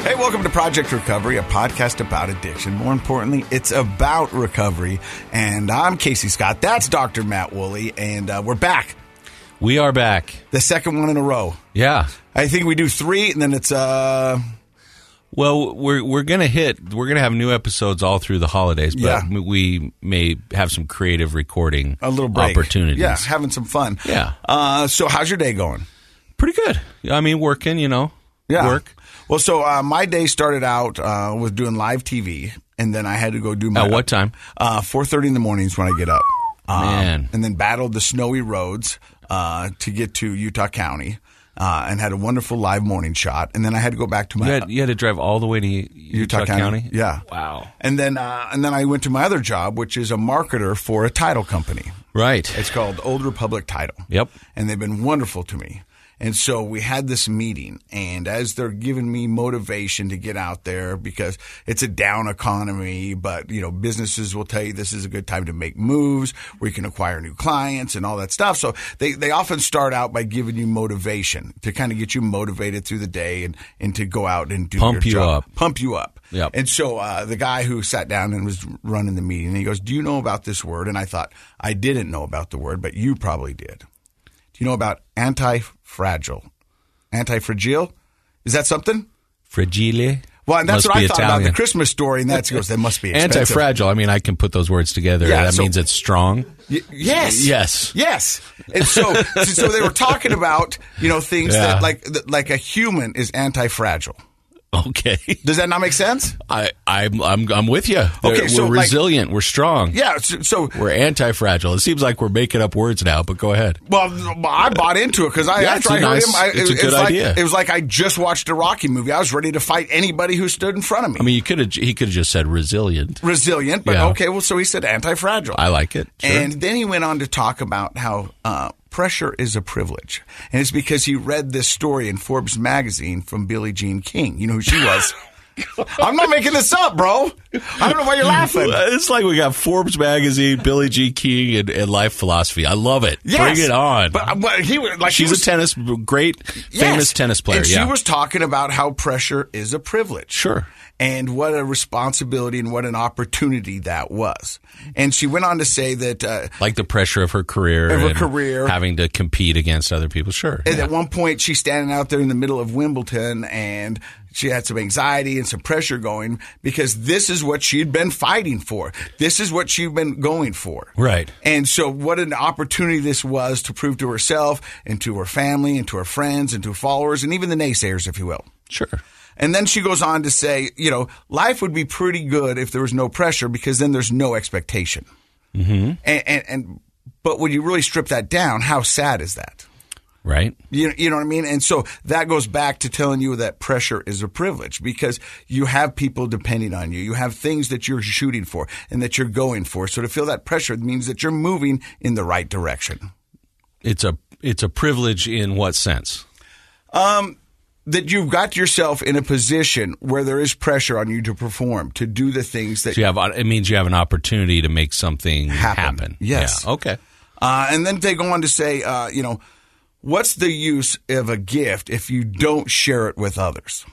Hey, welcome to Project Recovery, a podcast about addiction. More importantly, it's about recovery. And I'm Casey Scott. That's Dr. Matt Woolley. And uh, we're back. We are back. The second one in a row. Yeah. I think we do three, and then it's. uh Well, we're we're gonna hit. We're gonna have new episodes all through the holidays, but Yeah. m- we may have some creative recording a little break. opportunities. Yeah, having some fun. Yeah. Uh, so, how's your day going? pretty good. I mean, working. You know, Yeah. work. Well, so uh, my day started out uh, with doing live TV, and then I had to go do my At what time? Uh, Four thirty in the mornings when I get up. Um, Man. And then battled the snowy roads uh, to get to Utah County, uh, and had a wonderful live morning shot. And then I had to go back to my You had, you had to drive all the way to Utah, County. Uh, Yeah. Wow. And then uh, and then I went to my other job, which is a marketer for a title company. Right. It's called Old Republic Title. Yep. And they've been wonderful to me. And so we had this meeting, and as they're giving me motivation to get out there because it's a down economy, but you know, businesses will tell you this is a good time to make moves where you can acquire new clients and all that stuff. So they, they often start out by giving you motivation to kind of get you motivated through the day and, and to go out and do Pump your you job. up. Pump you up. Yep. And so uh, the guy who sat down and was running the meeting, he goes, "Do you know about this word?" And I thought I didn't know about the word, but you probably did. Do you know about anti-fragile? Anti-fragile? Is that something? Fragile. Well, and that's Must what I be thought Italian. about the Christmas story, and that's goes. That must be expensive. Anti-fragile. I mean, I can put those words together. Yeah, that so- means it's strong. Y- yes. Yes. Yes. And so, so they were talking about you know things Yeah. that like that, like a human is anti-fragile. Okay. Does that not make sense? I, I'm, I'm, I'm with you. Okay, we're so, like- resilient. we're strong. Yeah. So, so We're anti-fragile. It seems like we're making up words now, but go ahead. Well, I bought into it because I Yeah, after it's a I heard nice- him, I, it's a it, good was idea. Like, it was like I just watched a Rocky movie. I was ready to fight anybody who stood in front of me. I mean, you could have. He could have just said resilient. Resilient, but Yeah. okay. Well, so he said anti-fragile, I like it. Sure. and then he went on to talk about how uh, pressure is a privilege, and it's because he read this story in Forbes magazine from Billie Jean King. You know who she was. I'm not making this up, bro. I don't know why you're laughing. it's like we got Forbes magazine, Billy G. King, and, and life philosophy. I love it. Yes. Bring it on. But, but he was- like he She's was- a tennis great, famous Yes. tennis player. And yeah, she was talking about how pressure is a privilege. Sure. And what a responsibility and what an opportunity that was. And she went on to say that, uh, like the pressure of her career, Of her and career. having to compete against other people. Sure. and at one point she's standing out there in the middle of Wimbledon and she had some anxiety and some pressure going because this is what she'd been fighting for. This is what she'd been going for. Right. And so, what an opportunity this was to prove to herself and to her family and to her friends and to her followers and even the naysayers, if you will. Sure. And then she goes on to say, you know, life would be pretty good if there was no pressure because then there's no expectation. Mm-hmm. And, and, and but when you really strip that down, how sad is that? Right. You, you know what I mean? And so that goes back to telling you that pressure is a privilege because you have people depending on you. You have things that you're shooting for and that you're going for. So to feel that pressure means that you're moving in the right direction. It's a it's a privilege in what sense? That you've got yourself in a position where there is pressure on you to perform, to do the things that So you have it means you have an opportunity to make something happen. Happen. Yes. Yeah. Okay. Uh, and then they go on to say, uh, you know, what's the use of a gift if you don't share it with others?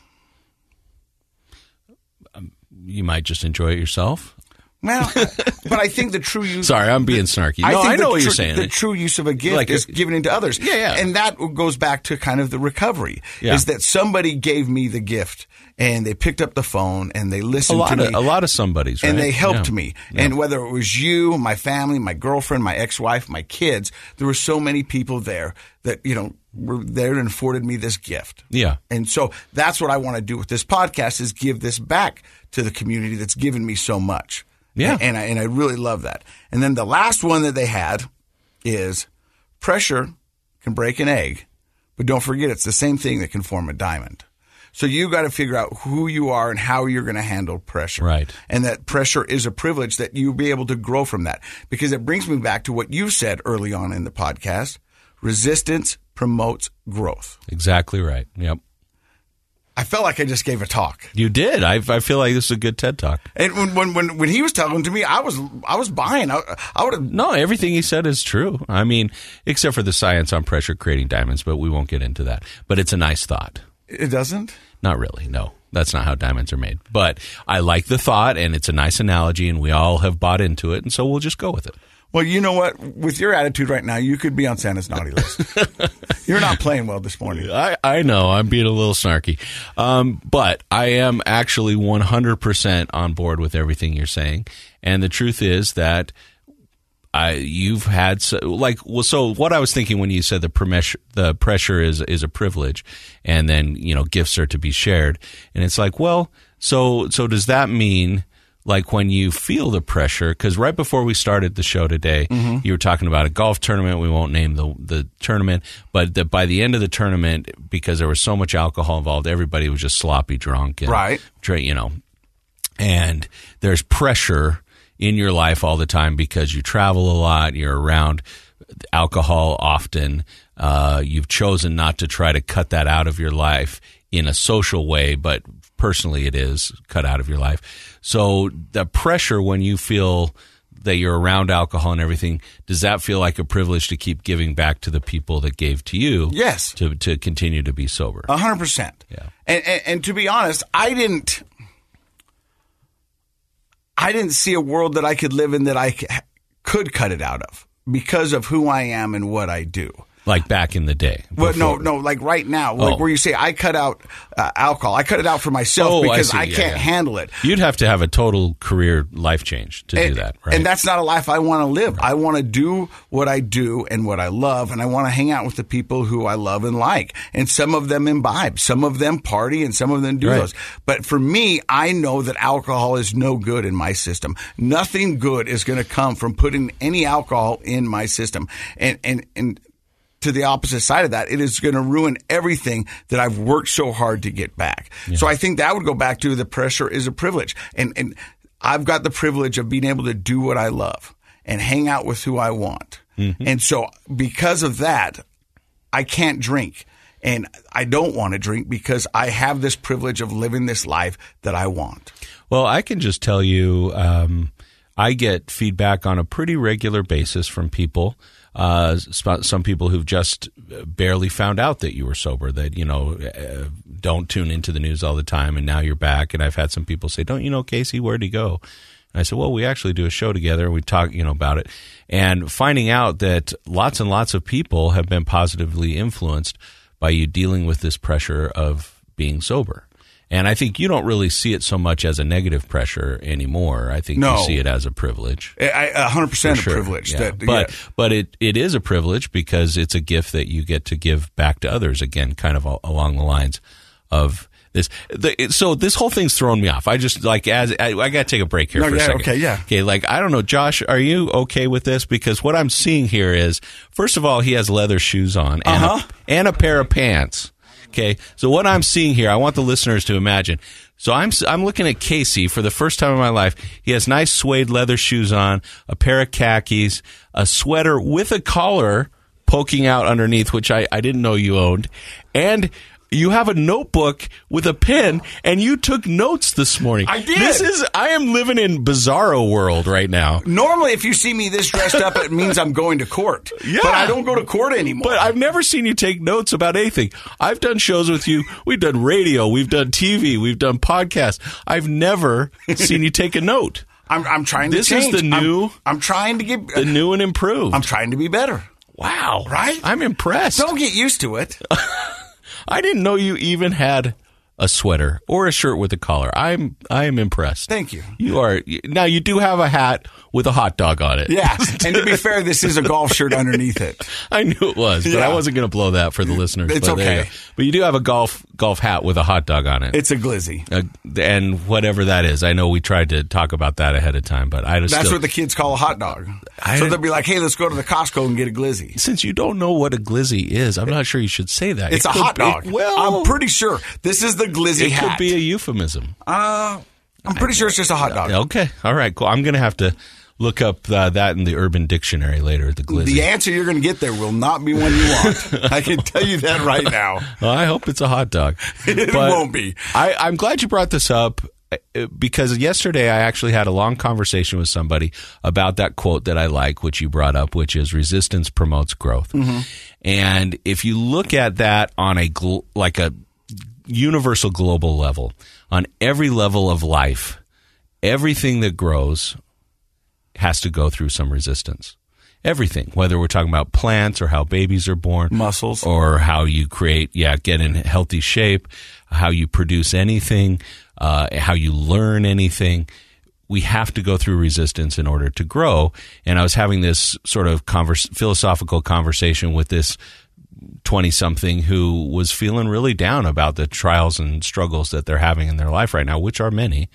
You might just enjoy it yourself. Well, but I think the true use. Sorry, I'm being snarky. no, think I know the what you're true- saying. The true use of a gift Like, is uh, giving it to others. Yeah, yeah. And that goes back to kind of the recovery Yeah. is that somebody gave me the gift and they picked up the phone and they a listened lot to me. of a lot of somebody's, right? and they helped Yeah. me. And whether it was you, my family, my girlfriend, my ex-wife, my kids, there were so many people there that you know were there and afforded me this gift. Yeah. And so that's what I want to do with this podcast is give this back to the community that's given me so much. Yeah. And, I and I really love that. And then the last one that they had is pressure can break an egg, but don't forget it's the same thing that can form a diamond. So you got to figure out who you are and how you're going to handle pressure. Right. And that pressure is a privilege that you be able to grow from that. Because it brings me back to what you said early on in the podcast. Resistance promotes growth. Exactly right. Yep. I felt like I just gave a talk. You did. I, I feel like this is a good TED talk. And when when when, when he was telling to me, I was I was buying. I, I would have. No, everything he said is true. I mean, except for the science on pressure creating diamonds, but we won't get into that. But it's a nice thought. It doesn't. Not really. No. That's not how diamonds are made. But I like the thought, and it's a nice analogy, and we all have bought into it, and so we'll just go with it. Well, you know what? With your attitude right now, you could be on Santa's naughty list. You're not playing well this morning. I, I know I'm being a little snarky, um, but I am actually 100% on board with everything you're saying. And the truth is that I you've had so, like well, so what I was thinking when you said the permesh, the pressure is is a privilege, and then you know gifts are to be shared, and it's like well, so so does that mean? Like when you feel the pressure, because right before we started the show today, you were talking about a golf tournament. We won't name the the tournament, but that by the end of the tournament, because there was so much alcohol involved, everybody was just sloppy drunk, and Right. dra- you know, and there's pressure in your life all the time because you travel a lot, you're around alcohol often. Uh, you've chosen not to try to cut that out of your life in a social way, but personally, it is cut out of your life. So the pressure when you feel that you're around alcohol and everything, does that feel like a privilege to keep giving back to the people that gave to you? Yes. To, to continue to be sober. A hundred percent. Yeah. And, and and to be honest, I didn't. I didn't see a world that I could live in that I c- could cut it out of because of who I am and what I do. like back in the day. But no, before- no, like right now, like Oh. where you say I cut out uh, alcohol, I cut it out for myself Oh, I because see. I, Yeah, can't yeah. handle it. You'd have to have a total career life change to do that, right? And that's not a life I want to live. I want to do what I do and what I love, and I want to hang out with the people who I love and like. And some of them imbibe, some of them party, and some of them do Right. those. But for me, I know that alcohol is no good in my system. Nothing good is going to come from putting any alcohol in my system. And and and to the opposite side of that, it is going to ruin everything that I've worked so hard to get back. So I think that would go back to the pressure is a privilege. And, and I've got the privilege of being able to do what I love and hang out with who I want. And so because of that, I can't drink. And I don't want to drink because I have this privilege of living this life that I want. well, I can just tell you, um, I get feedback on a pretty regular basis from people. Uh, sp- some people who've just barely found out that you were sober, that you know, uh, don't tune into the news all the time, and now you're back. And I've had some people say, "Don't you know Casey? Where'd he go?" And I said, "Well, we actually do a show together, and we talk, you know, about it." And finding out that lots and lots of people have been positively influenced by you dealing with this pressure of being sober. And I think you don't really see it so much as a negative pressure anymore. I think No. you see it as a privilege. I, I- 100% a Sure, privilege. yeah. That, but yeah. but it, it is a privilege because it's a gift that you get to give back to others. Again, kind of al- along the lines of this. The, it- so this whole thing's thrown me off. I just like as I, I got to take a break here No, for a yeah, second. okay, yeah. Okay, like I don't know, Josh, are you okay with this? Because what I'm seeing here is, first of all, he has leather shoes on and, Uh-huh. a, and a pair of pants. Okay, so what I'm seeing here, I want the listeners to imagine. So I'm s- I'm looking at Casey for the first time in my life. He has nice suede leather shoes on, a pair of khakis, a sweater with a collar poking out underneath, which I, I didn't know you owned, and. You have a notebook with a pen, and you took notes this morning. I did. This is I am living in bizarro world right now. Normally, if you see me this dressed up, it means I'm going to court. Yeah. But I don't go to court anymore. But I've never seen you take notes about anything. I've done shows with you. We've done radio. We've done TV. We've done podcasts. I've never seen you take a note. I'm, I'm trying This to is change. the I'm- new- I'm, trying to get. The new and improved. I'm trying to be better. wow. Right? I'm impressed. Don't get used to it. I didn't know you even had a sweater or a shirt with a collar. I'm I am impressed. Thank you. You are now you do have a hat with a hot dog on it. Yeah. And to be fair, this is a golf shirt underneath it. I knew it was, but Yeah. I wasn't going to blow that for the listeners. It's but there you okay. go. But you do have a golf golf hat with a hot dog on it. It's a glizzy. uh, and whatever that is. I know we tried to talk about that ahead of time, but I just That's still- what the kids call a hot dog. I so didn't- they'll be like, hey, let's go to the Costco and get a glizzy. since you don't know what a glizzy is, I'm not sure you should say that. It's It a could hot be- dog. well, I'm pretty sure this is the glizzy It hat. could be a euphemism. uh, I'm pretty sure it's just a hot dog. Okay, all right, cool. I'm gonna have to look up uh, that in the Urban Dictionary later. The glizzy. The answer you're going to get there will not be one you want. I can tell you that right now. Well, I hope it's a hot dog. It won't be. I, I'm glad you brought this up uh, because yesterday I actually had a long conversation with somebody about that quote that I like, which you brought up, which is resistance promotes growth. Mm-hmm. And if you look at that on a gl- like a universal global level, on every level of life, everything that grows has to go through some resistance. Everything, whether we're talking about plants or how babies are born, Muscles. or how you create, yeah, get in healthy shape, how you produce anything, uh, how you learn anything. We have to go through resistance in order to grow. And I was having this sort of converse, philosophical conversation with this 20 something who was feeling really down about the trials and struggles that they're having in their life right now, which are many.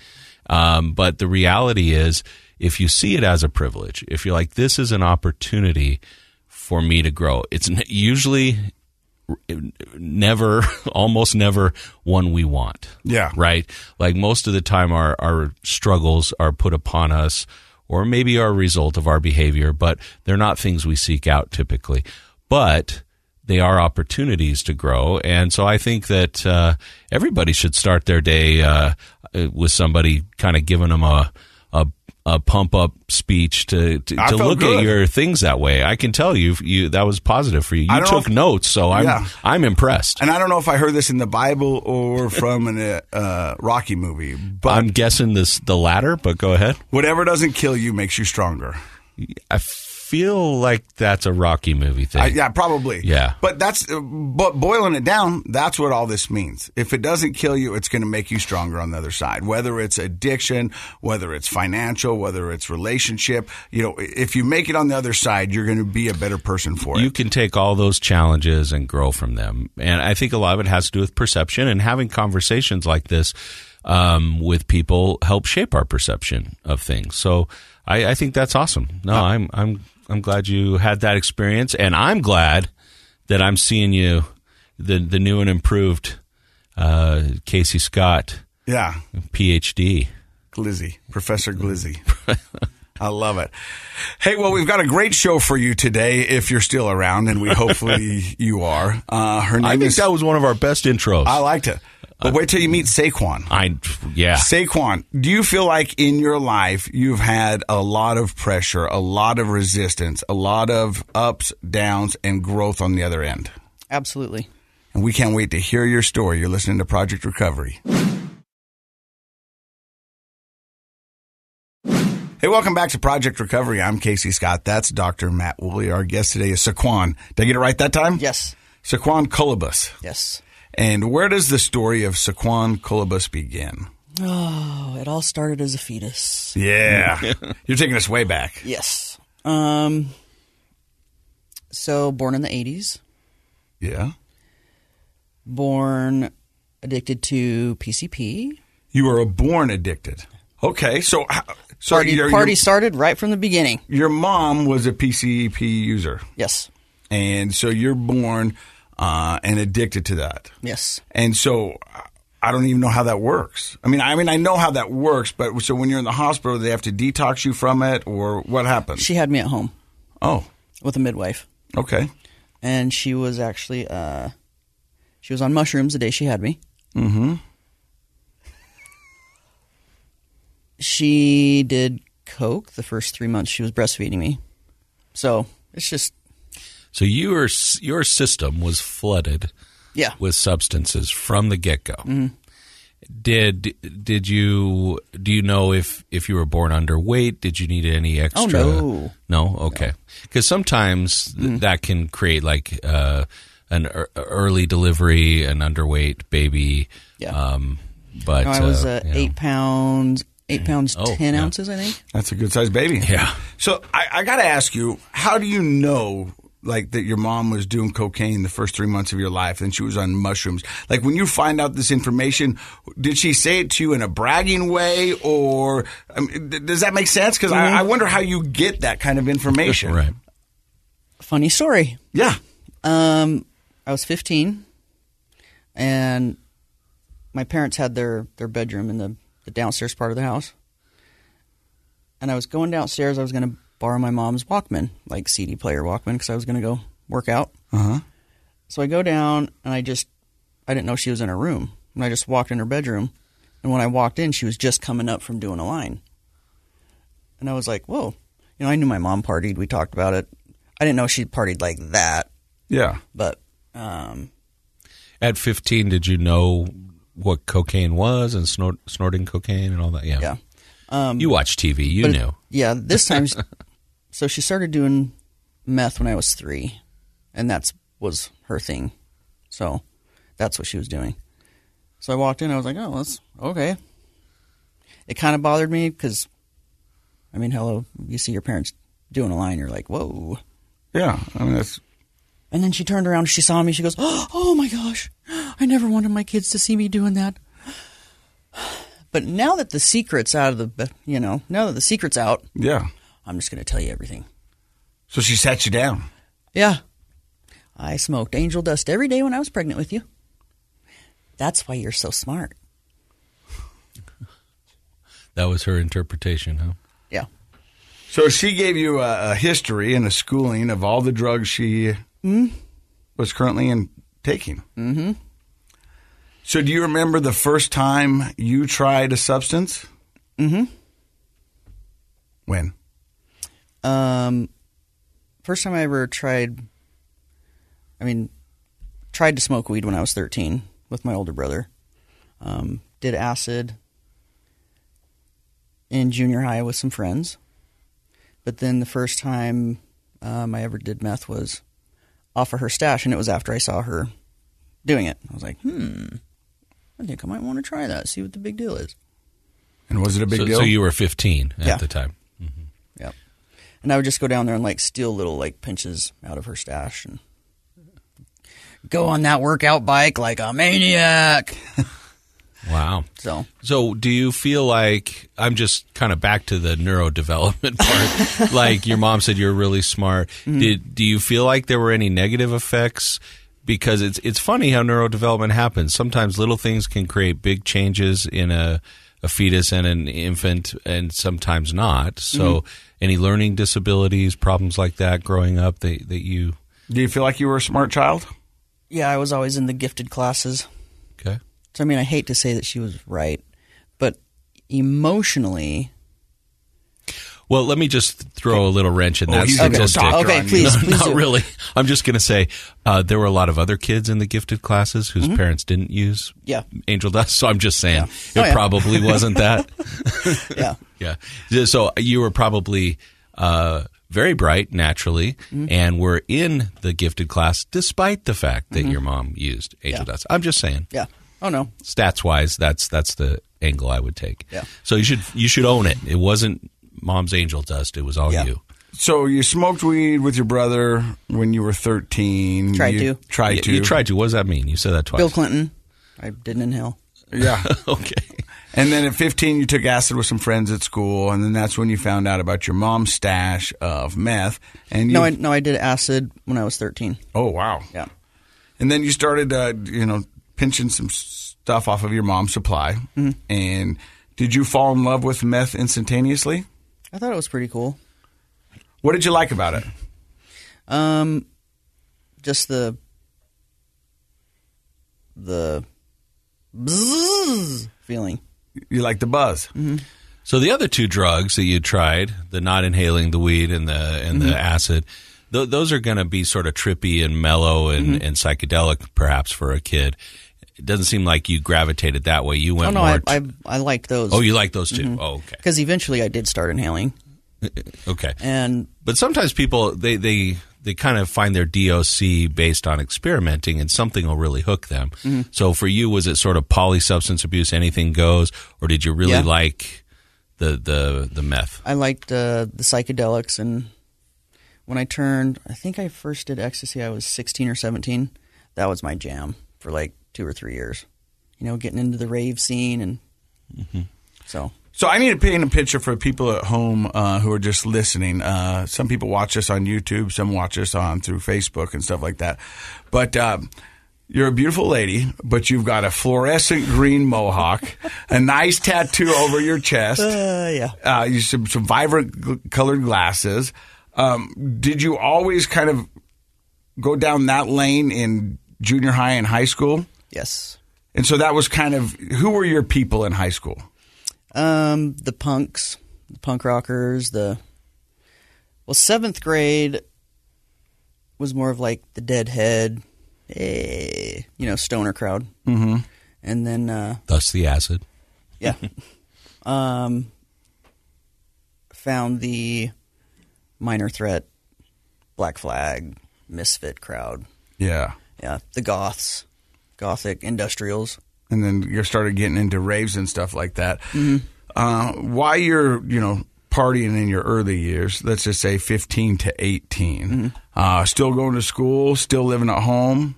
Um, but the reality is, if you see it as a privilege, if you're like, this is an opportunity for me to grow, it's n- usually never, almost never one we want. Yeah. Right? Like most of the time, our, our struggles are put upon us or maybe are a result of our behavior, but they're not things we seek out typically. But they are opportunities to grow. And so I think that uh, everybody should start their day uh, with somebody kind of giving them a, a, a pump up speech to, to, I to felt look at good. your things that way. I can tell you, you that was positive for you. I You don't know took notes, so I'm, Yeah. I'm impressed. And I don't know if I heard this in the Bible or from an uh, uh, Rocky movie, but I'm guessing this the latter, but go ahead. whatever doesn't kill you makes you stronger. I feel like that's a Rocky movie thing. I, yeah, probably. Yeah. But that's uh, but boiling it down, that's what all this means. If it doesn't kill you, it's going to make you stronger on the other side. Whether it's addiction, whether it's financial, whether it's relationship, you know, if you make it on the other side, you're going to be a better person for you it. can take all those challenges and grow from them. And I think a lot of it has to do with perception and having conversations like this um, with people help shape our perception of things. So I, I think that's awesome. No, I'm I'm I'm glad you had that experience, and I'm glad that I'm seeing you the the new and improved uh, Casey Scott Yeah. PhD. Glizzy, Professor Glizzy. I love it. Hey, well, we've got a great show for you today if you're still around, and we hopefully you are. Uh, her name I think is. that was one of our best intros. I liked it. But wait till you meet Saquon. I yeah. Saquon, do you feel like in your life you've had a lot of pressure, a lot of resistance, a lot of ups, downs, and growth on the other end? Absolutely. And we can't wait to hear your story. You're listening to Project Recovery. Hey, welcome back to Project Recovery. I'm Casey Scott. That's Dr. Matt Woolley. Our guest today is Saquon. Did I get it right that time? Yes. Saquon Cullibus. Yes. And where does the story of Saquon Cullibus begin? Oh, it all started as a fetus. Yeah. You're taking us way back. Yes. Um. So born in the eighties, Yeah. born addicted to PCP. You were a born addicted. Okay. So, how- so Party, your, party your, started right from the beginning. your mom was a PCEP user. Yes. And so you're born uh, and addicted to that. Yes. And so I don't even know how that works. I mean, I mean, I know how that works, but so when you're in the hospital, they have to detox you from it, or what happens? She had me at home Oh, with a midwife, okay. and she was actually uh, she was on mushrooms the day she had me. Mm-hmm. She did coke the first three months she was breastfeeding me. So it's just So your your system was flooded yeah. with substances from the get go. Mm-hmm. Did did you do you know if if you were born underweight? Did you need any extra? Oh, no. Mm. no, okay. Because sometimes th- that can create like uh, an ear early delivery, an underweight baby. Yeah. Um, but No, I was uh, you know. eight pounds, eight pounds Oh, ten yeah. ounces, I think. That's a good sized baby. Yeah. So I, I got to ask you, how do you know, like, that your mom was doing cocaine the first three months of your life and she was on mushrooms? Like, when you find out this information, did she say it to you in a bragging way, or I mean, th- does that make sense? Because I, I wonder how you get that kind of information. Right. Funny story. Yeah. Um, I was fifteen, and my parents had their their bedroom in the the downstairs part of the house, and I was going downstairs. I was going to borrow my mom's Walkman, like CD player Walkman, because I was going to go work out. Uh huh. So I go down and I just I didn't know she was in her room. And I just walked in her bedroom and when I walked in she was just coming up from doing a line. And I was like, Whoa. You know, I knew my mom partied, we talked about it. I didn't know she partied like that, Yeah. but um At fifteen, did you know what cocaine was and snort, snorting cocaine and all that. Yeah. Yeah. Um, you watch TV, you but it- knew. yeah, this time. she- so she started doing meth when I was three, and that's was her thing. So that's what she was doing. So I walked in. I was like, "Oh, that's okay." It kind of bothered me because, I mean, hello, you see your parents doing a line, you're like, "Whoa." Yeah, I mean that's And then she turned around, she saw me, she goes, Oh my gosh, I never wanted my kids to see me doing that. But now that the secret's out of the, you know, now that the secret's out, yeah. I'm just going to tell you everything. So she sat you down. Yeah. I smoked angel dust every day when I was pregnant with you. That's why you're so smart. That was her interpretation, huh? Yeah. So she gave you a, a history and a schooling of all the drugs she was currently in taking. Mm-hmm. So do you remember the first time you tried a substance? Mm-hmm. When? Um, first time I ever tried, I mean, tried to smoke weed when I was 13 with my older brother. Um, did acid in junior high with some friends. But then the first time um, I ever did meth was off of her stash, and it was after I saw her doing it. I was like, hmm, I think I might want to try that, see what the big deal is. And was it a big so, deal? so you were 15 at Yeah. the time. Yeah. And I would just go down there and like steal little like pinches out of her stash and go on that workout bike like a maniac. Wow. So So, do you feel like I'm just kind of back to the neurodevelopment part? like your mom said, you're really smart. Did do you feel like there were any negative effects? Because it's it's funny how neurodevelopment happens. Sometimes little things can create big changes in a a fetus and an infant, and sometimes not. So, any learning disabilities, problems like that, growing up, that that you do you feel like you were a smart child? yeah, I was always in the gifted classes. okay? So I mean, I hate to say that she was right, but emotionally, Well, let me just throw a little wrench in Oh, that he's gonna go statistic. doctor Okay, on you. please. No, not really. I'm just going to say uh, there were a lot of other kids in the gifted classes whose Mm-hmm. parents didn't use Yeah. angel dust. So I'm just saying Oh, it yeah. probably wasn't that. yeah, yeah. So you were probably uh, very bright naturally Mm-hmm. and were in the gifted class despite the fact that your mom used angel Mm-hmm. Yeah. dust. I'm just saying yeah. Oh no, stats wise, that's that's the angle I would take. Yeah. So you should you should own it. It wasn't mom's angel dust. It was all Yeah. you. So you smoked weed with your brother when you were 13. Tried you to. Tried You- to. You tried to. What does that mean? You said that twice. Bill Clinton. I didn't inhale. Yeah. okay. And then at 15, you took acid with some friends at school, and then that's when you found out about your mom's stash of meth. And you, No, I no, I did acid when I was thirteen. oh wow, Yeah, And then you started, uh, you know, pinching some s- stuff off of your mom's supply. And did you fall in love with meth instantaneously? I thought it was pretty cool. What did you like about it? Um, just the the bzzz feeling. You liked the buzz. So the other two drugs that you tried, the not inhaling the weed and the and Mm-hmm. the acid, th- those are going to be sort of trippy and mellow and, Mm-hmm. and psychedelic, perhaps for a kid. It doesn't seem like you gravitated that way. You went Oh no, more. I, to- I Mm-hmm. I liked those. oh, you like those 2 Oh, okay, because eventually I did start inhaling, okay. and But sometimes people they they they kind of find their DOC based on experimenting, and something will really hook them. Mm-hmm. So for you, was it sort of poly substance abuse, anything goes, or did you really Yeah. like the the the meth? I liked uh, the psychedelics. And when I turned, I think I first did ecstasy. I was sixteen or seventeen. That was my jam for like two or three years. You know, getting into the rave scene and so So I need to paint a picture for people at home uh, who are just listening. Uh, some people watch us on YouTube, some watch us on through Facebook and stuff like that. But um, you're a beautiful lady, but you've got a fluorescent green mohawk, a nice tattoo over your chest, uh, yeah. uh, you some, some vibrant gl- colored glasses. Um, did you always kind of go down that lane in junior high and high school? Yes. And so that was kind of who were your people in high school? Um, the punks, the punk rockers, the well, seventh grade was more of like the Deadhead, eh, you know, stoner crowd. Mm-hmm. and then uh, Thus the acid. yeah, um, found the minor threat, black flag, misfit crowd. Yeah. Yeah, the goths, gothic industrials. and then you started getting into raves and stuff like that. Uh, while you're, you know, partying in your early years, let's just say 15 to 18, uh, still going to school, still living at home.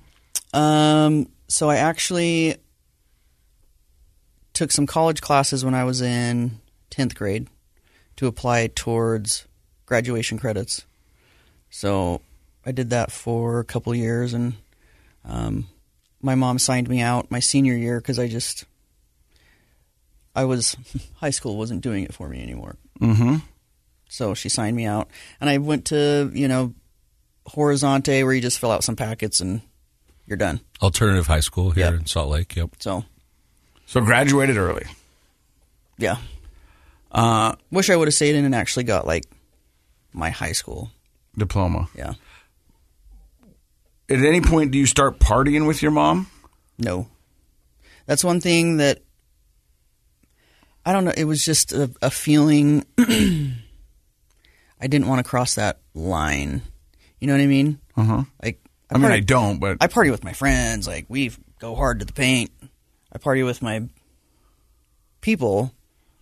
Um, so I actually took some college classes when I was in 10th grade to apply towards graduation credits. So I did that for a couple years and um, my mom signed me out my senior year cuz I just I was high school wasn't doing it for me anymore. Mm-hmm. So she signed me out and I went to, you know, Horizonte where you just fill out some packets and you're done. Alternative high school here Yep. in Salt Lake. Yep. So So graduated early. Yeah. Uh, Wish I would have stayed in and actually got like my high school. diploma. Yeah. At any point, do you start partying with your mom? No. That's one thing that I don't know. It was just a, a feeling I didn't want to cross that line. You know what I mean? Uh huh. Like, I mean, party, I don't, but I party with my friends. Like, we go hard to the paint. I party with my people,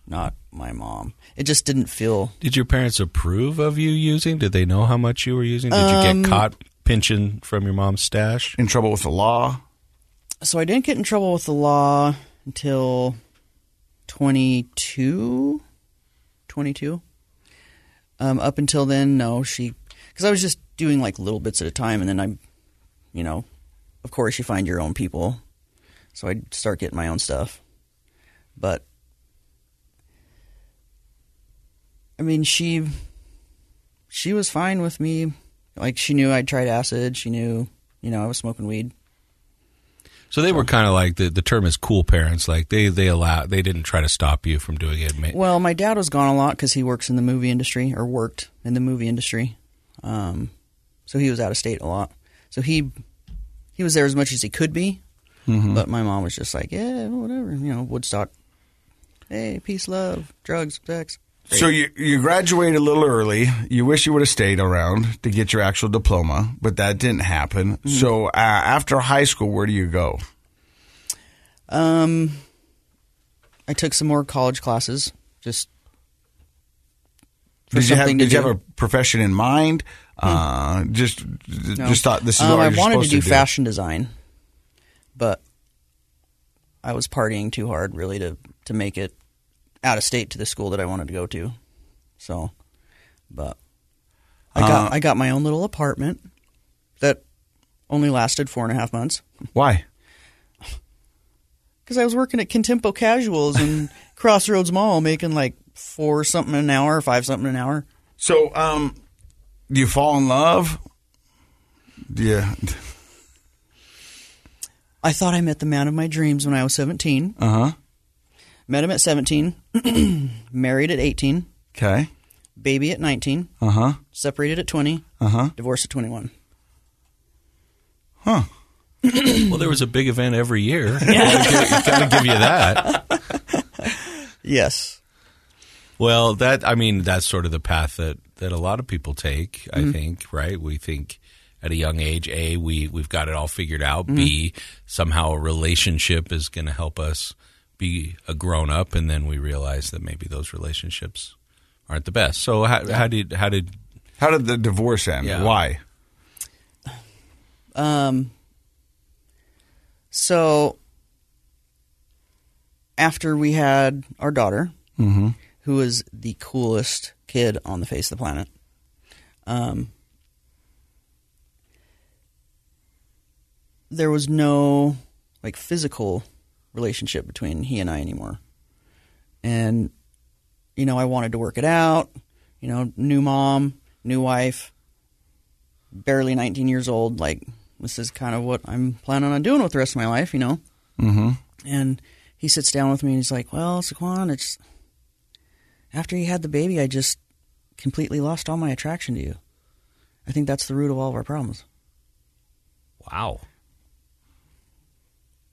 not my mom. It just didn't feel Did your parents approve of you using? Did they know how much you were using? Did you get caught pinching from your mom's stash? in trouble with the law. so I didn't get in trouble with the law until 22 22 um, up until then no she because i was just doing like little bits at a time and then i you know of course you find your own people so i'd start getting my own stuff but i mean she she was fine with me like she knew i tried acid she knew you know i was smoking weed So they were kind of like the, the term is cool parents. Like they they allow they didn't try to stop you from doing it. Ma- Well, my dad was gone a lot because he works in the movie industry or worked in the movie industry, um, so he was out of state a lot. So he he was there as much as he could be, Mm-hmm. but my mom was just like, yeah, whatever, you know, Woodstock. Hey, peace, love, drugs, sex. So you you graduated a little early. You wish you would have stayed around to get your actual diploma, but that didn't happen. So uh, after high school, where do you go? Um, I took some more college classes. Just for did you have something did to you do. have Hmm. a profession in mind? Uh, just No. just thought this is Um, what I you're wanted supposed to do to fashion design, but I was partying too hard, really, to to make it out of state to the school that I wanted to go to. So, but I got Uh, I got my own little apartment that only lasted four and a half months Why? because I was working at Contempo Casuals and Crossroads Mall, making like four something an hour, five something an hour. So um, do you fall in love? Yeah. I thought I met the man of my dreams when I was seventeen. Uh huh. Met him at 17, married at 18, Okay. baby at 19, Uh huh. separated at 20, Uh huh. divorced at 21. Huh. Well, there was a big event every year. Got to give you that. Yes. Well, that I mean, that's sort of the path that that a lot of people take. I think, right? We think at a young age, a we we've got it all figured out. B somehow a relationship is going to help us be a grown up, and then we realize that maybe those relationships aren't the best. So how, how did how did How did the divorce end? Yeah. Why? Um, so after we had our daughter, who was the coolest kid on the face of the planet, um, there was no like physical relationship between he and I anymore. And you know, I wanted to work it out. You know, new mom, new wife, barely 19 years old. Like, this is kind of what I'm planning on doing with the rest of my life, you know? Mm-hmm. And he sits down with me and he's like, Well, Saquon, it's after you had the baby, I just completely lost all my attraction to you. I think that's the root of all of our problems. wow?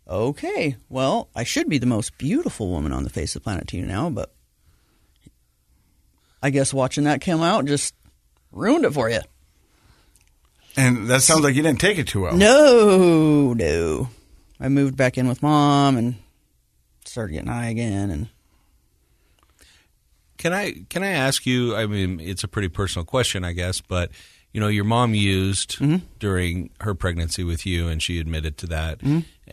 okay, well, I should be the most beautiful woman on the face of the planet to you now, but I guess watching that come out just ruined it for you. And that sounds like you didn't take it too well. No, no. I moved back in with mom and started getting high again, and Can I can I ask you? I mean, it's a pretty personal question, I guess, but you know, your mom used Mm-hmm. during her pregnancy with you, and she admitted to that.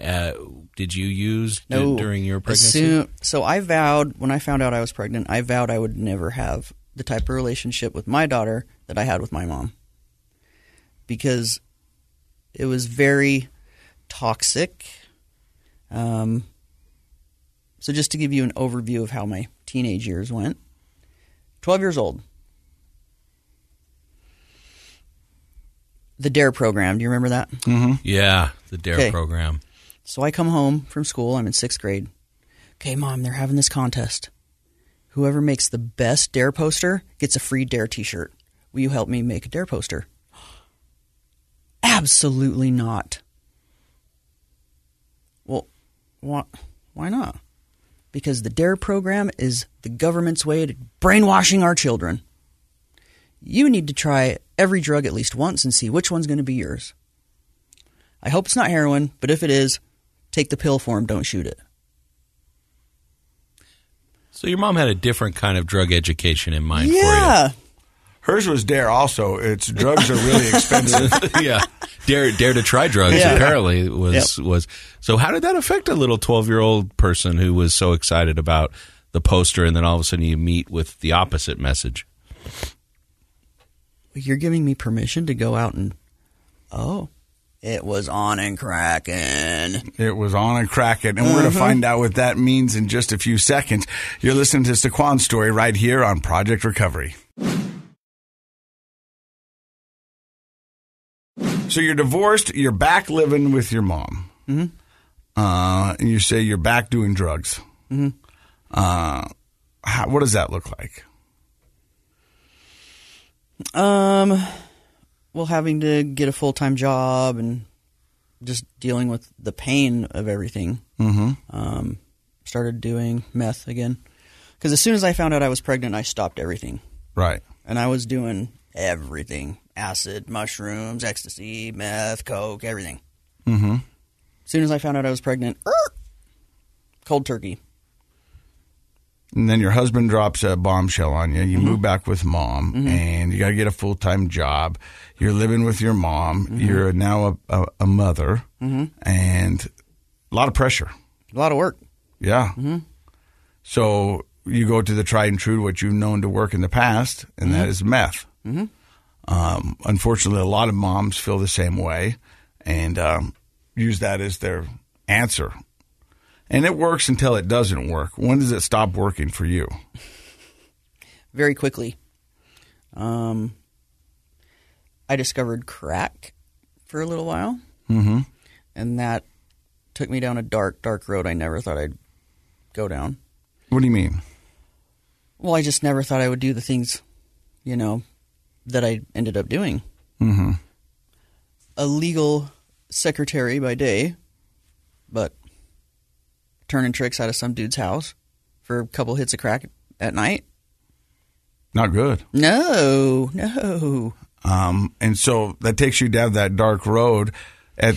Uh, did you use d- Mm-hmm. no during your As pregnancy? soon- so I vowed when I found out I was pregnant, I vowed I would never have the type of relationship with my daughter that I had with my mom, because it was very toxic. Um, so just to give you an overview of how my teenage years went, twelve years old. The DARE E program. Do you remember that? Mm-hmm. yeah, the Dare Okay. E program. So I come home from school. I'm in sixth grade. Okay, mom, they're having this contest. Whoever makes the best dare poster gets a free dare t shirt. Will you help me make a dare poster? Absolutely not. Well, why, why not? Because the DARE program is the government's way to brainwashing our children. You need to try every drug at least once and see which one's going to be yours. I hope it's not heroin, but if it is, take the pill form, don't shoot it. So your mom had a different kind of drug education in mind yeah. Hers was dare also. It's drugs are really expensive. for you. yeah, dare dare to try drugs. Yeah. Apparently was was so. How did that affect a little twelve year old person who was so excited about the poster, and then all of a sudden you meet with the opposite message? You're giving me permission to go out and. Oh. It was on and cracking. It was on and cracking, and we're going to find out what that means in just a few seconds. You're listening to Saquon's story right here on Project Recovery. So you're divorced. You're back living with your mom, mm-hmm. uh, and you say you're back doing drugs. Uh, how, what does that look like? Um, well, having to get a full time job and just dealing with the pain of everything. Mm-hmm. Um, started doing meth again because as soon as I found out I was pregnant, I stopped everything. Right. and I was doing everything acid, mushrooms, ecstasy, meth, coke, everything. Mm-hmm. As soon as I found out I was pregnant, er, cold turkey. And then your husband drops a bombshell on you. You move back with mom, and you got to get a full time job. You're living with your mom. You're now a, a, a mother, and a lot of pressure. A lot of work. Yeah. So you go to the tried and true, what you've known to work in the past, and that is meth. Um, unfortunately, a lot of moms feel the same way and um, use that as their answer. And it works until it doesn't work. When does it stop working for you? very quickly. Um, I discovered crack for a little while, mm-hmm. and that took me down a dark, dark road I never thought I'd go down. What do you mean? Well, I just never thought I would do the things, you know, that I ended up doing. Mm-hmm. a legal secretary by day, but turning tricks out of some dude's house for a couple hits of crack at night. Not good. No, no. Um, and so that takes you down that dark road. At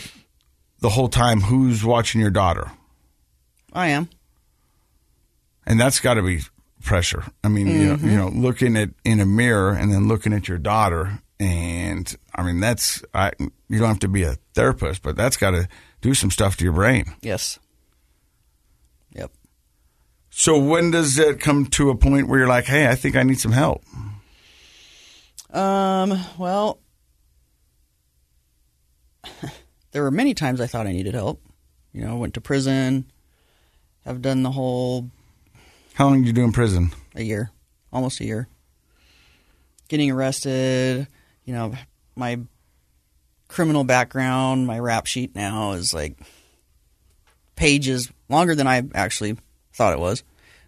the whole time, who's watching your daughter? I am. and that's got to be pressure. I mean, you, know, you know, looking at in a mirror and then looking at your daughter, and I mean, that's I, you don't have to be a therapist, but that's got to do some stuff to your brain. Yes. Yep. So when does it come to a point where you're like, hey, I think I need some help? Um, well, there were many times I thought I needed help. You know, went to prison. I've done the whole How long did you do in prison? a year, almost a year. Getting arrested, you know, my criminal background, my rap sheet now is like pages longer than I actually thought it was.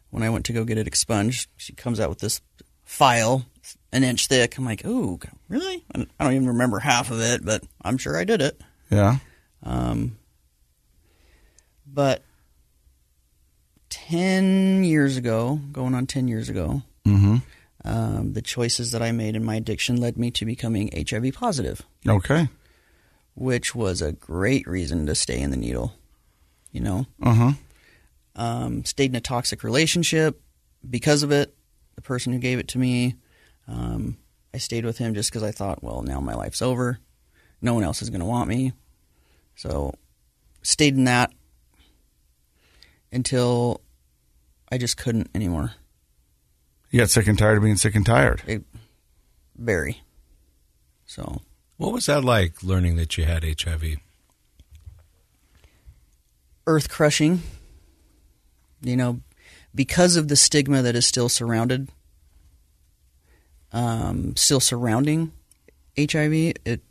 When I went to go get it expunged, she comes out with this file an inch thick. I'm like, ooh, really? I don't- I don't even remember half of it, but I'm sure I did it. Yeah, Um, But 10 years ago, going on 10 years ago, Mm-hmm. um, the choices that I made in my addiction led me to becoming HIV positive, Okay. which was a great reason to stay in the needle. You know, Uh huh. um, stayed in a toxic relationship because of it. The person who gave it to me, um, I stayed with him just because I thought, well, now my life's over. No one else is going to want me. So, stayed in that until I just couldn't anymore. You got sick and tired of being sick and tired. Barry. So, What was that like learning that you had HIV? earth crushing. You know, because of the stigma that is still surrounded, um, still surrounding HIV. It,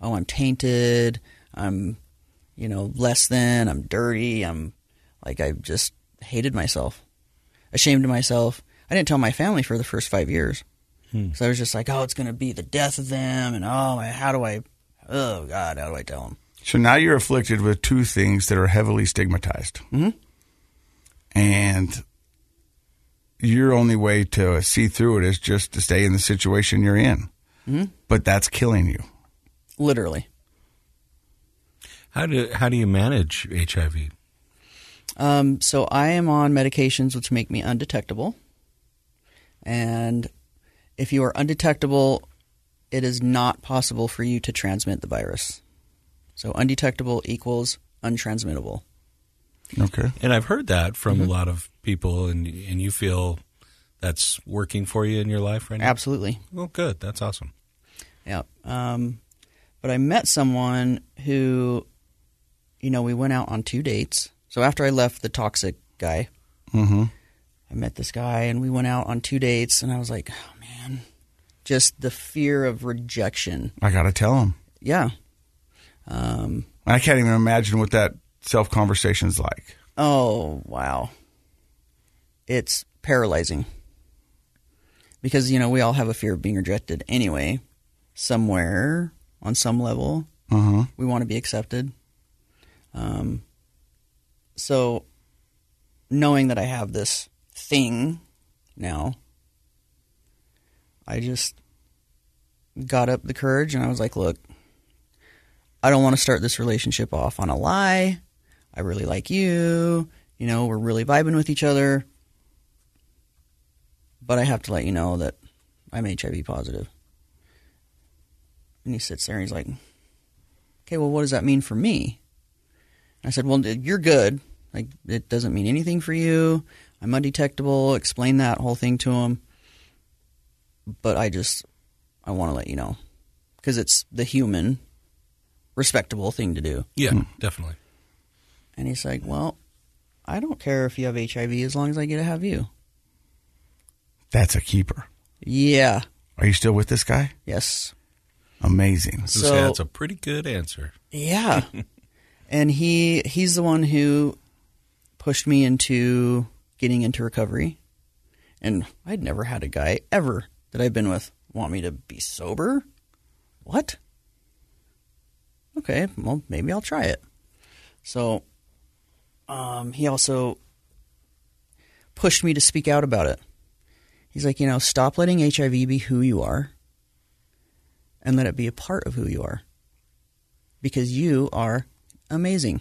oh, I'm tainted. I'm, you know, less than. I'm dirty. I'm like I just hated myself, ashamed of myself. I didn't tell my family for the first five years, so I was just like, oh, it's gonna be the death of them, and oh, how do I? Oh God, how do I tell them? So now you're afflicted with two things that are heavily stigmatized. Mhm. And your only way to see through it is just to stay in the situation you're in. But that's killing you. Literally. How do how do you manage HIV? Um, so I am on medications which make me undetectable. And if you are undetectable, it is not possible for you to transmit the virus. So undetectable equals untransmittable. Okay. And I've heard that from a lot of people, and and you feel that's working for you in your life right now. Absolutely. Well, good. That's awesome. Yeah. Um, but I met someone who, you know, we went out on two dates. So after I left the toxic guy, Mm-hmm. I met this guy and we went out on two dates, and I was like, oh, man, just the fear of rejection. I got to tell them. Yeah. Um, I can't even imagine what that self conversation's like. oh, wow. It's paralyzing. Because, you know, we all have a fear of being rejected anyway, somewhere, on some level. Uh-huh. We want to be accepted. Um, so, knowing that I have this thing now, I just got up the courage and I was like, look, I don't want to start this relationship off on a lie. I really like you. You know, we're really vibing with each other. But I have to let you know that I'm HIV positive. And he sits there and he's like, okay, well, what does that mean for me? And I said, well, you're good. Like, it doesn't mean anything for you. I'm undetectable. Explain that whole thing to him. But I just, I want to let you know because it's the human, respectable thing to do. Yeah, definitely. And he's like, well, I don't care if you have HIV as long as I get to have you. That's a keeper. Yeah. Are you still with this guy? Yes. Amazing. So, So- that's a pretty good answer. Yeah. and he he's the one who pushed me into getting into recovery. And I'd never had a guy ever that I've been with want me to be sober. What? Okay, well maybe I'll try it. So um he also pushed me to speak out about it. He's like, you know, stop letting HIV be who you are and let it be a part of who you are because you are amazing.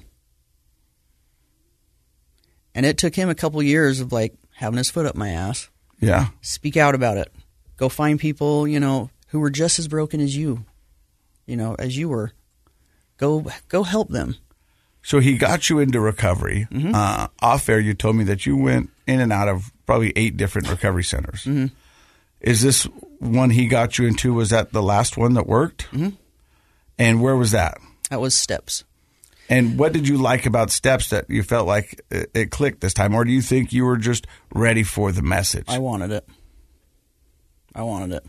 And it took him a couple years of like having his foot up my ass. Yeah. Speak out about it. Go find people, you know, who were just as broken as you, you know, as you were. Go go help them. So he got you into recovery. Uh, off air, you told me that you went in and out of probably eight different recovery centers. Is this one he got you into? Was that the last one that worked? And where was that? That was steps. And what did you like about steps that you felt like it, it clicked this time, or do you think you were just ready for the message? I wanted it. I wanted it.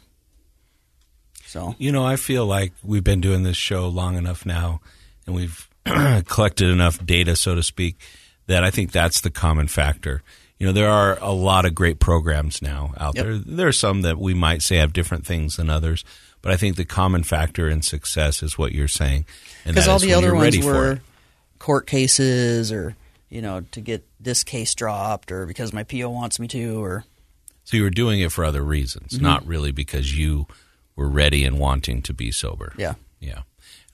So You know, I feel like we've been doing this show long enough now, and we've collected enough data, so to speak, that I think that's the common factor. You know, there are a lot of great programs now out Yep. there. There are some that we might say have different things than others, but I think the common factor in success is what you're saying, and because that all is the when other you're ones ready for were it. court cases or you know to get this case dropped or because my PO wants me to or So you were doing it for other reasons, Mm-hmm. not really because you were ready and wanting to be sober. yeah. Yeah.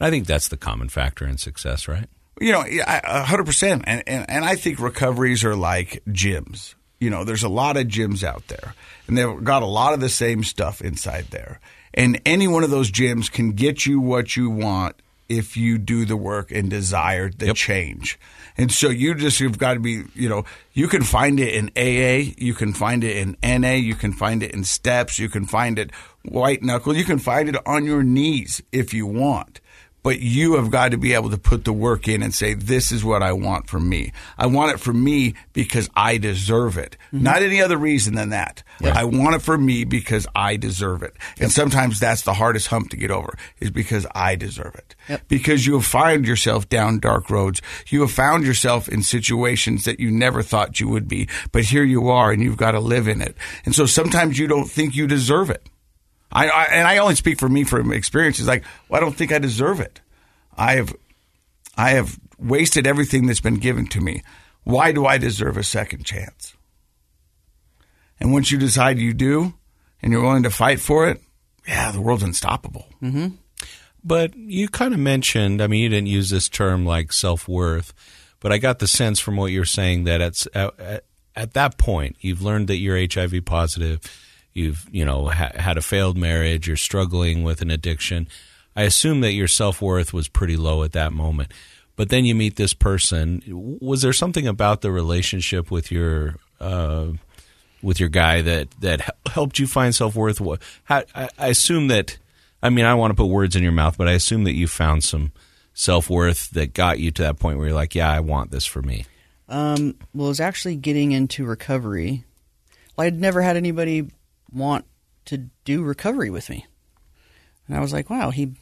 And I think that's the common factor in success, right? you know, yeah, I- a hundred percent. And, and and I think recoveries are like gyms. You know, there's a lot of gyms out there, and they've got a lot of the same stuff inside there. And any one of those gyms can get you what you want if you do the work and desire the change. And so you just you've got to be, you know, you can find it in AA, you can find it in NA, you can find it in steps, you can find it white knuckle, you can find it on your knees if you want but you have got to be able to put the work in and say, this is what I want for me. I want it for me because I deserve it. Not any other reason than that. I want it for me because I deserve it. And sometimes that's the hardest hump to get over is because I deserve it. Because you have found yourself down dark roads. You have found yourself in situations that you never thought you would be, but here you are and you've got to live in it. And so sometimes you don't think you deserve it. I, I and I only speak for me from experiences. Like, well, I don't think I deserve it. I have, I have wasted everything that's been given to me. Why do I deserve a second chance? And once you decide you do, and you're willing to fight for it, yeah, the world's unstoppable. But you kind of mentioned, I mean, you didn't use this term like self worth, but I got the sense from what you're saying that at, s- at- at, at that point, you've learned that you're HIV positive, you've, you know, ha- had a failed marriage, you're struggling with an addiction. I assume that your self worth was pretty low at that moment. But then you meet this person. Was there something about the relationship with your, uh, with your guy that that hel- helped you find self worth? How I, I assume that I mean I want to put words in your mouth, but I assume that you found some self worth that got you to that point where you're like, yeah, I want this for me. Um, well, it was actually getting into recovery. Well, I'd never had anybody want to do recovery with me, and I was like, wow, he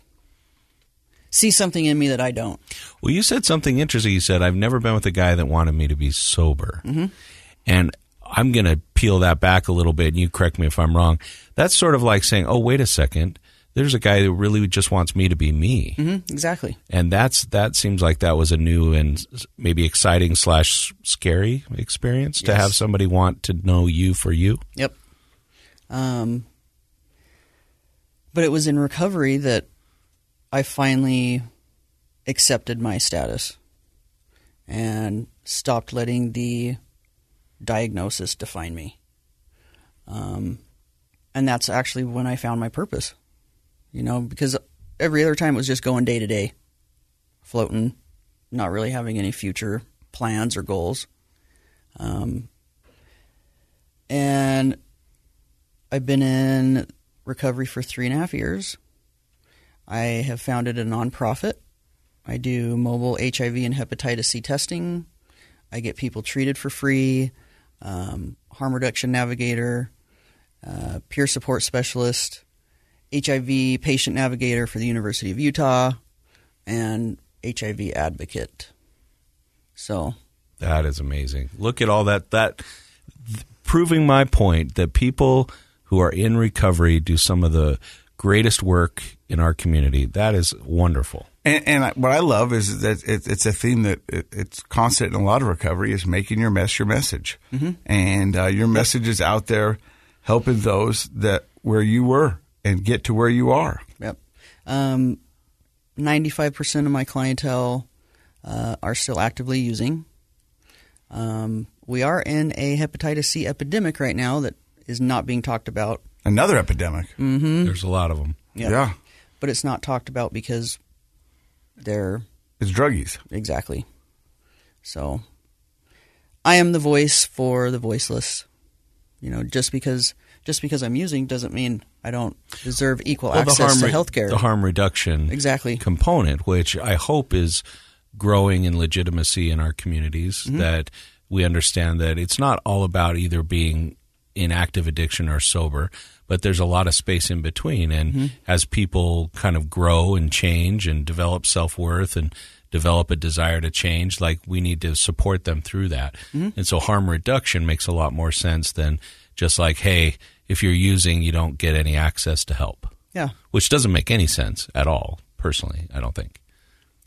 sees something in me that I don't. Well, you said something interesting. You said I've never been with a guy that wanted me to be sober, and I'm going to peel that back a little bit. And you correct me if I'm wrong. That's sort of like saying, oh, wait a second. There's a guy that really just wants me to be me. Mm-hmm, exactly. and that's that seems like that was a new and s- maybe exciting slash scary experience to have somebody want to know you for you Yep. Um, but it was in recovery that I finally accepted my status and stopped letting the diagnosis define me. Um, and that's actually when I found my purpose, you know, because every other time it was just going day to day, floating, not really having any future plans or goals. Um, and I've been in recovery for three and a half years. I have founded a nonprofit. I do mobile HIV and hepatitis C testing. I get people treated for free, um, harm reduction navigator, uh, peer support specialist, HIV patient navigator for the University of Utah, and HIV advocate. So, that is amazing look at all that that th- proving my point that people who are in recovery do some of the greatest work in our community that is wonderful And, and I, what I love is that it, it's a theme that it, it's constant in a lot of recovery is making your mess your message, and uh, your message is out there helping those that where you were and get to where you are. Yep. Um, 95% of my clientele uh, are still actively using. Um, we are in a hepatitis C epidemic right now that is not being talked about, Another epidemic. there's a lot of them Mm, Yeah. Yeah, but it's not talked about because they're it's druggies. exactly. So I am the voice for the voiceless. You know, just because just because I'm using doesn't mean I don't deserve equal access to re- health care. the harm reduction Exactly. component, which I hope is growing in legitimacy in our communities. That we understand that it's not all about either being in active addiction or sober, but there's a lot of space in between. And as people kind of grow and change and develop self worth and develop a desire to change, like we need to support them through that. And so harm reduction makes a lot more sense than just like, hey, if you're using, you don't get any access to help yeah. which doesn't make any sense at all personally i don't think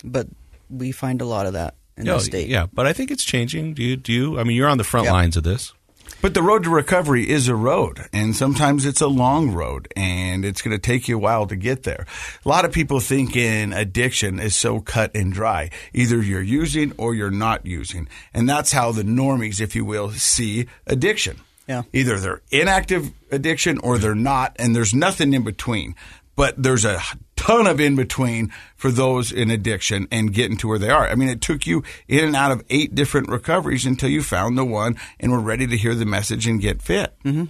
but we find a lot of that in No, the state. Oh, Yeah, but I think it's changing. Do you? Do you? I mean, you're on the front Yeah. lines of this. But the road to recovery is a road, and sometimes it's a long road, and it's going to take you a while to get there. A lot of people think in addiction is so cut and dry. Either you're using or you're not using. And that's how the normies, if you will, see addiction. Yeah. Either they're inactive addiction or they're not, and there's nothing in between. But there's a ton of in between for those in addiction and getting to where they are. I mean, it took you in and out of eight different recoveries until you found the one and were ready to hear the message and get fit. Mm-hmm.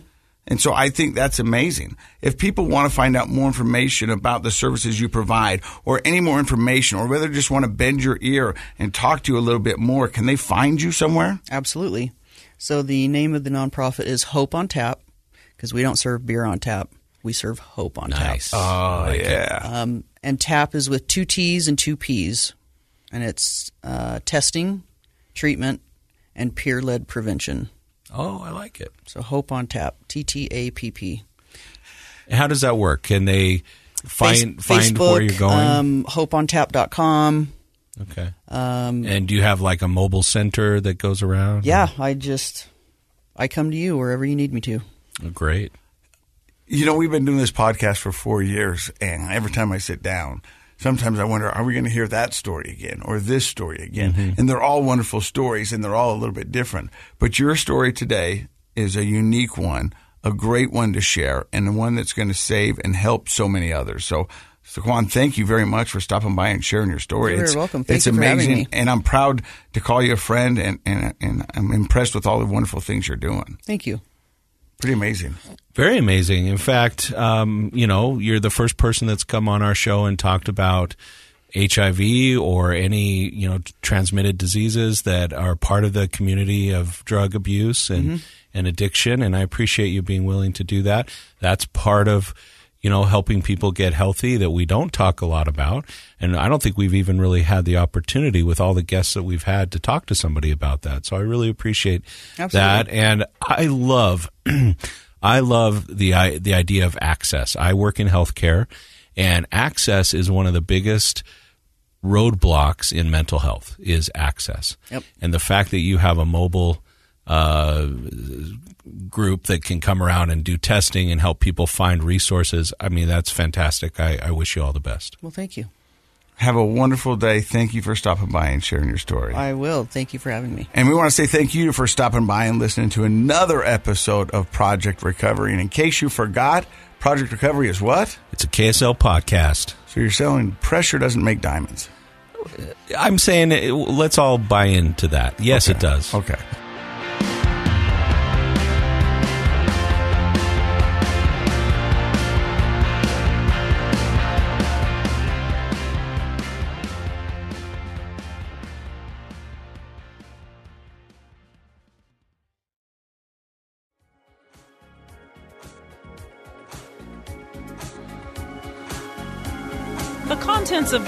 And so I think that's amazing. If people want to find out more information about the services you provide or any more information or whether they just want to bend your ear and talk to you a little bit more, can they find you somewhere? Absolutely. So the name of the nonprofit is Hope on Tap because we don't serve beer on tap. We serve hope on Nice. tap. Oh, yeah. Um, and tap is with two T's and two P's. And it's uh, testing, treatment, and peer led prevention. Oh, I like it. So Hope on Tap, T T A P P. How does that work? Can they find Face- find where you're going? Um, hopeontap.com. okay. Um, and do you have like a mobile center that goes around? Yeah, I just, I come to you wherever you need me to. Oh, Great. You know, we've been doing this podcast for four years, and every time I sit down, sometimes I wonder, are we going to hear that story again or this story again? And they're all wonderful stories, and they're all a little bit different. But your story today is a unique one, a great one to share, and one that's going to save and help so many others. So, Saquon, thank you very much for stopping by and sharing your story. You're it's, very welcome. Thank it's you for amazing, having me. and I'm proud to call you a friend, and, and, and I'm impressed with all the wonderful things you're doing. Thank you. Pretty amazing. Very amazing. In fact, um, you know, you're the first person that's come on our show and talked about HIV or any, you know, transmitted diseases that are part of the community of drug abuse and, and addiction. And I appreciate you being willing to do that. That's part of, you know, helping people get healthy that we don't talk a lot about. And I don't think we've even really had the opportunity with all the guests that we've had to talk to somebody about that. So I really appreciate that. And I love, I love the, I- the idea of access. I work in healthcare and access is one of the biggest roadblocks in mental health is access. Yep. And the fact that you have a mobile, uh, group that can come around and do testing and help people find resources. I mean, that's fantastic. I, I wish you all the best. Well, thank you. Have a wonderful day. Thank you for stopping by and sharing your story. I will. Thank you for having me. And we want to say thank you for stopping by and listening to another episode of Project Recovery. And in case you forgot, Project Recovery is what? It's a KSL podcast. So you're selling pressure doesn't make diamonds. I'm saying it, let's all buy into that. Yes, it does. Okay. The contents of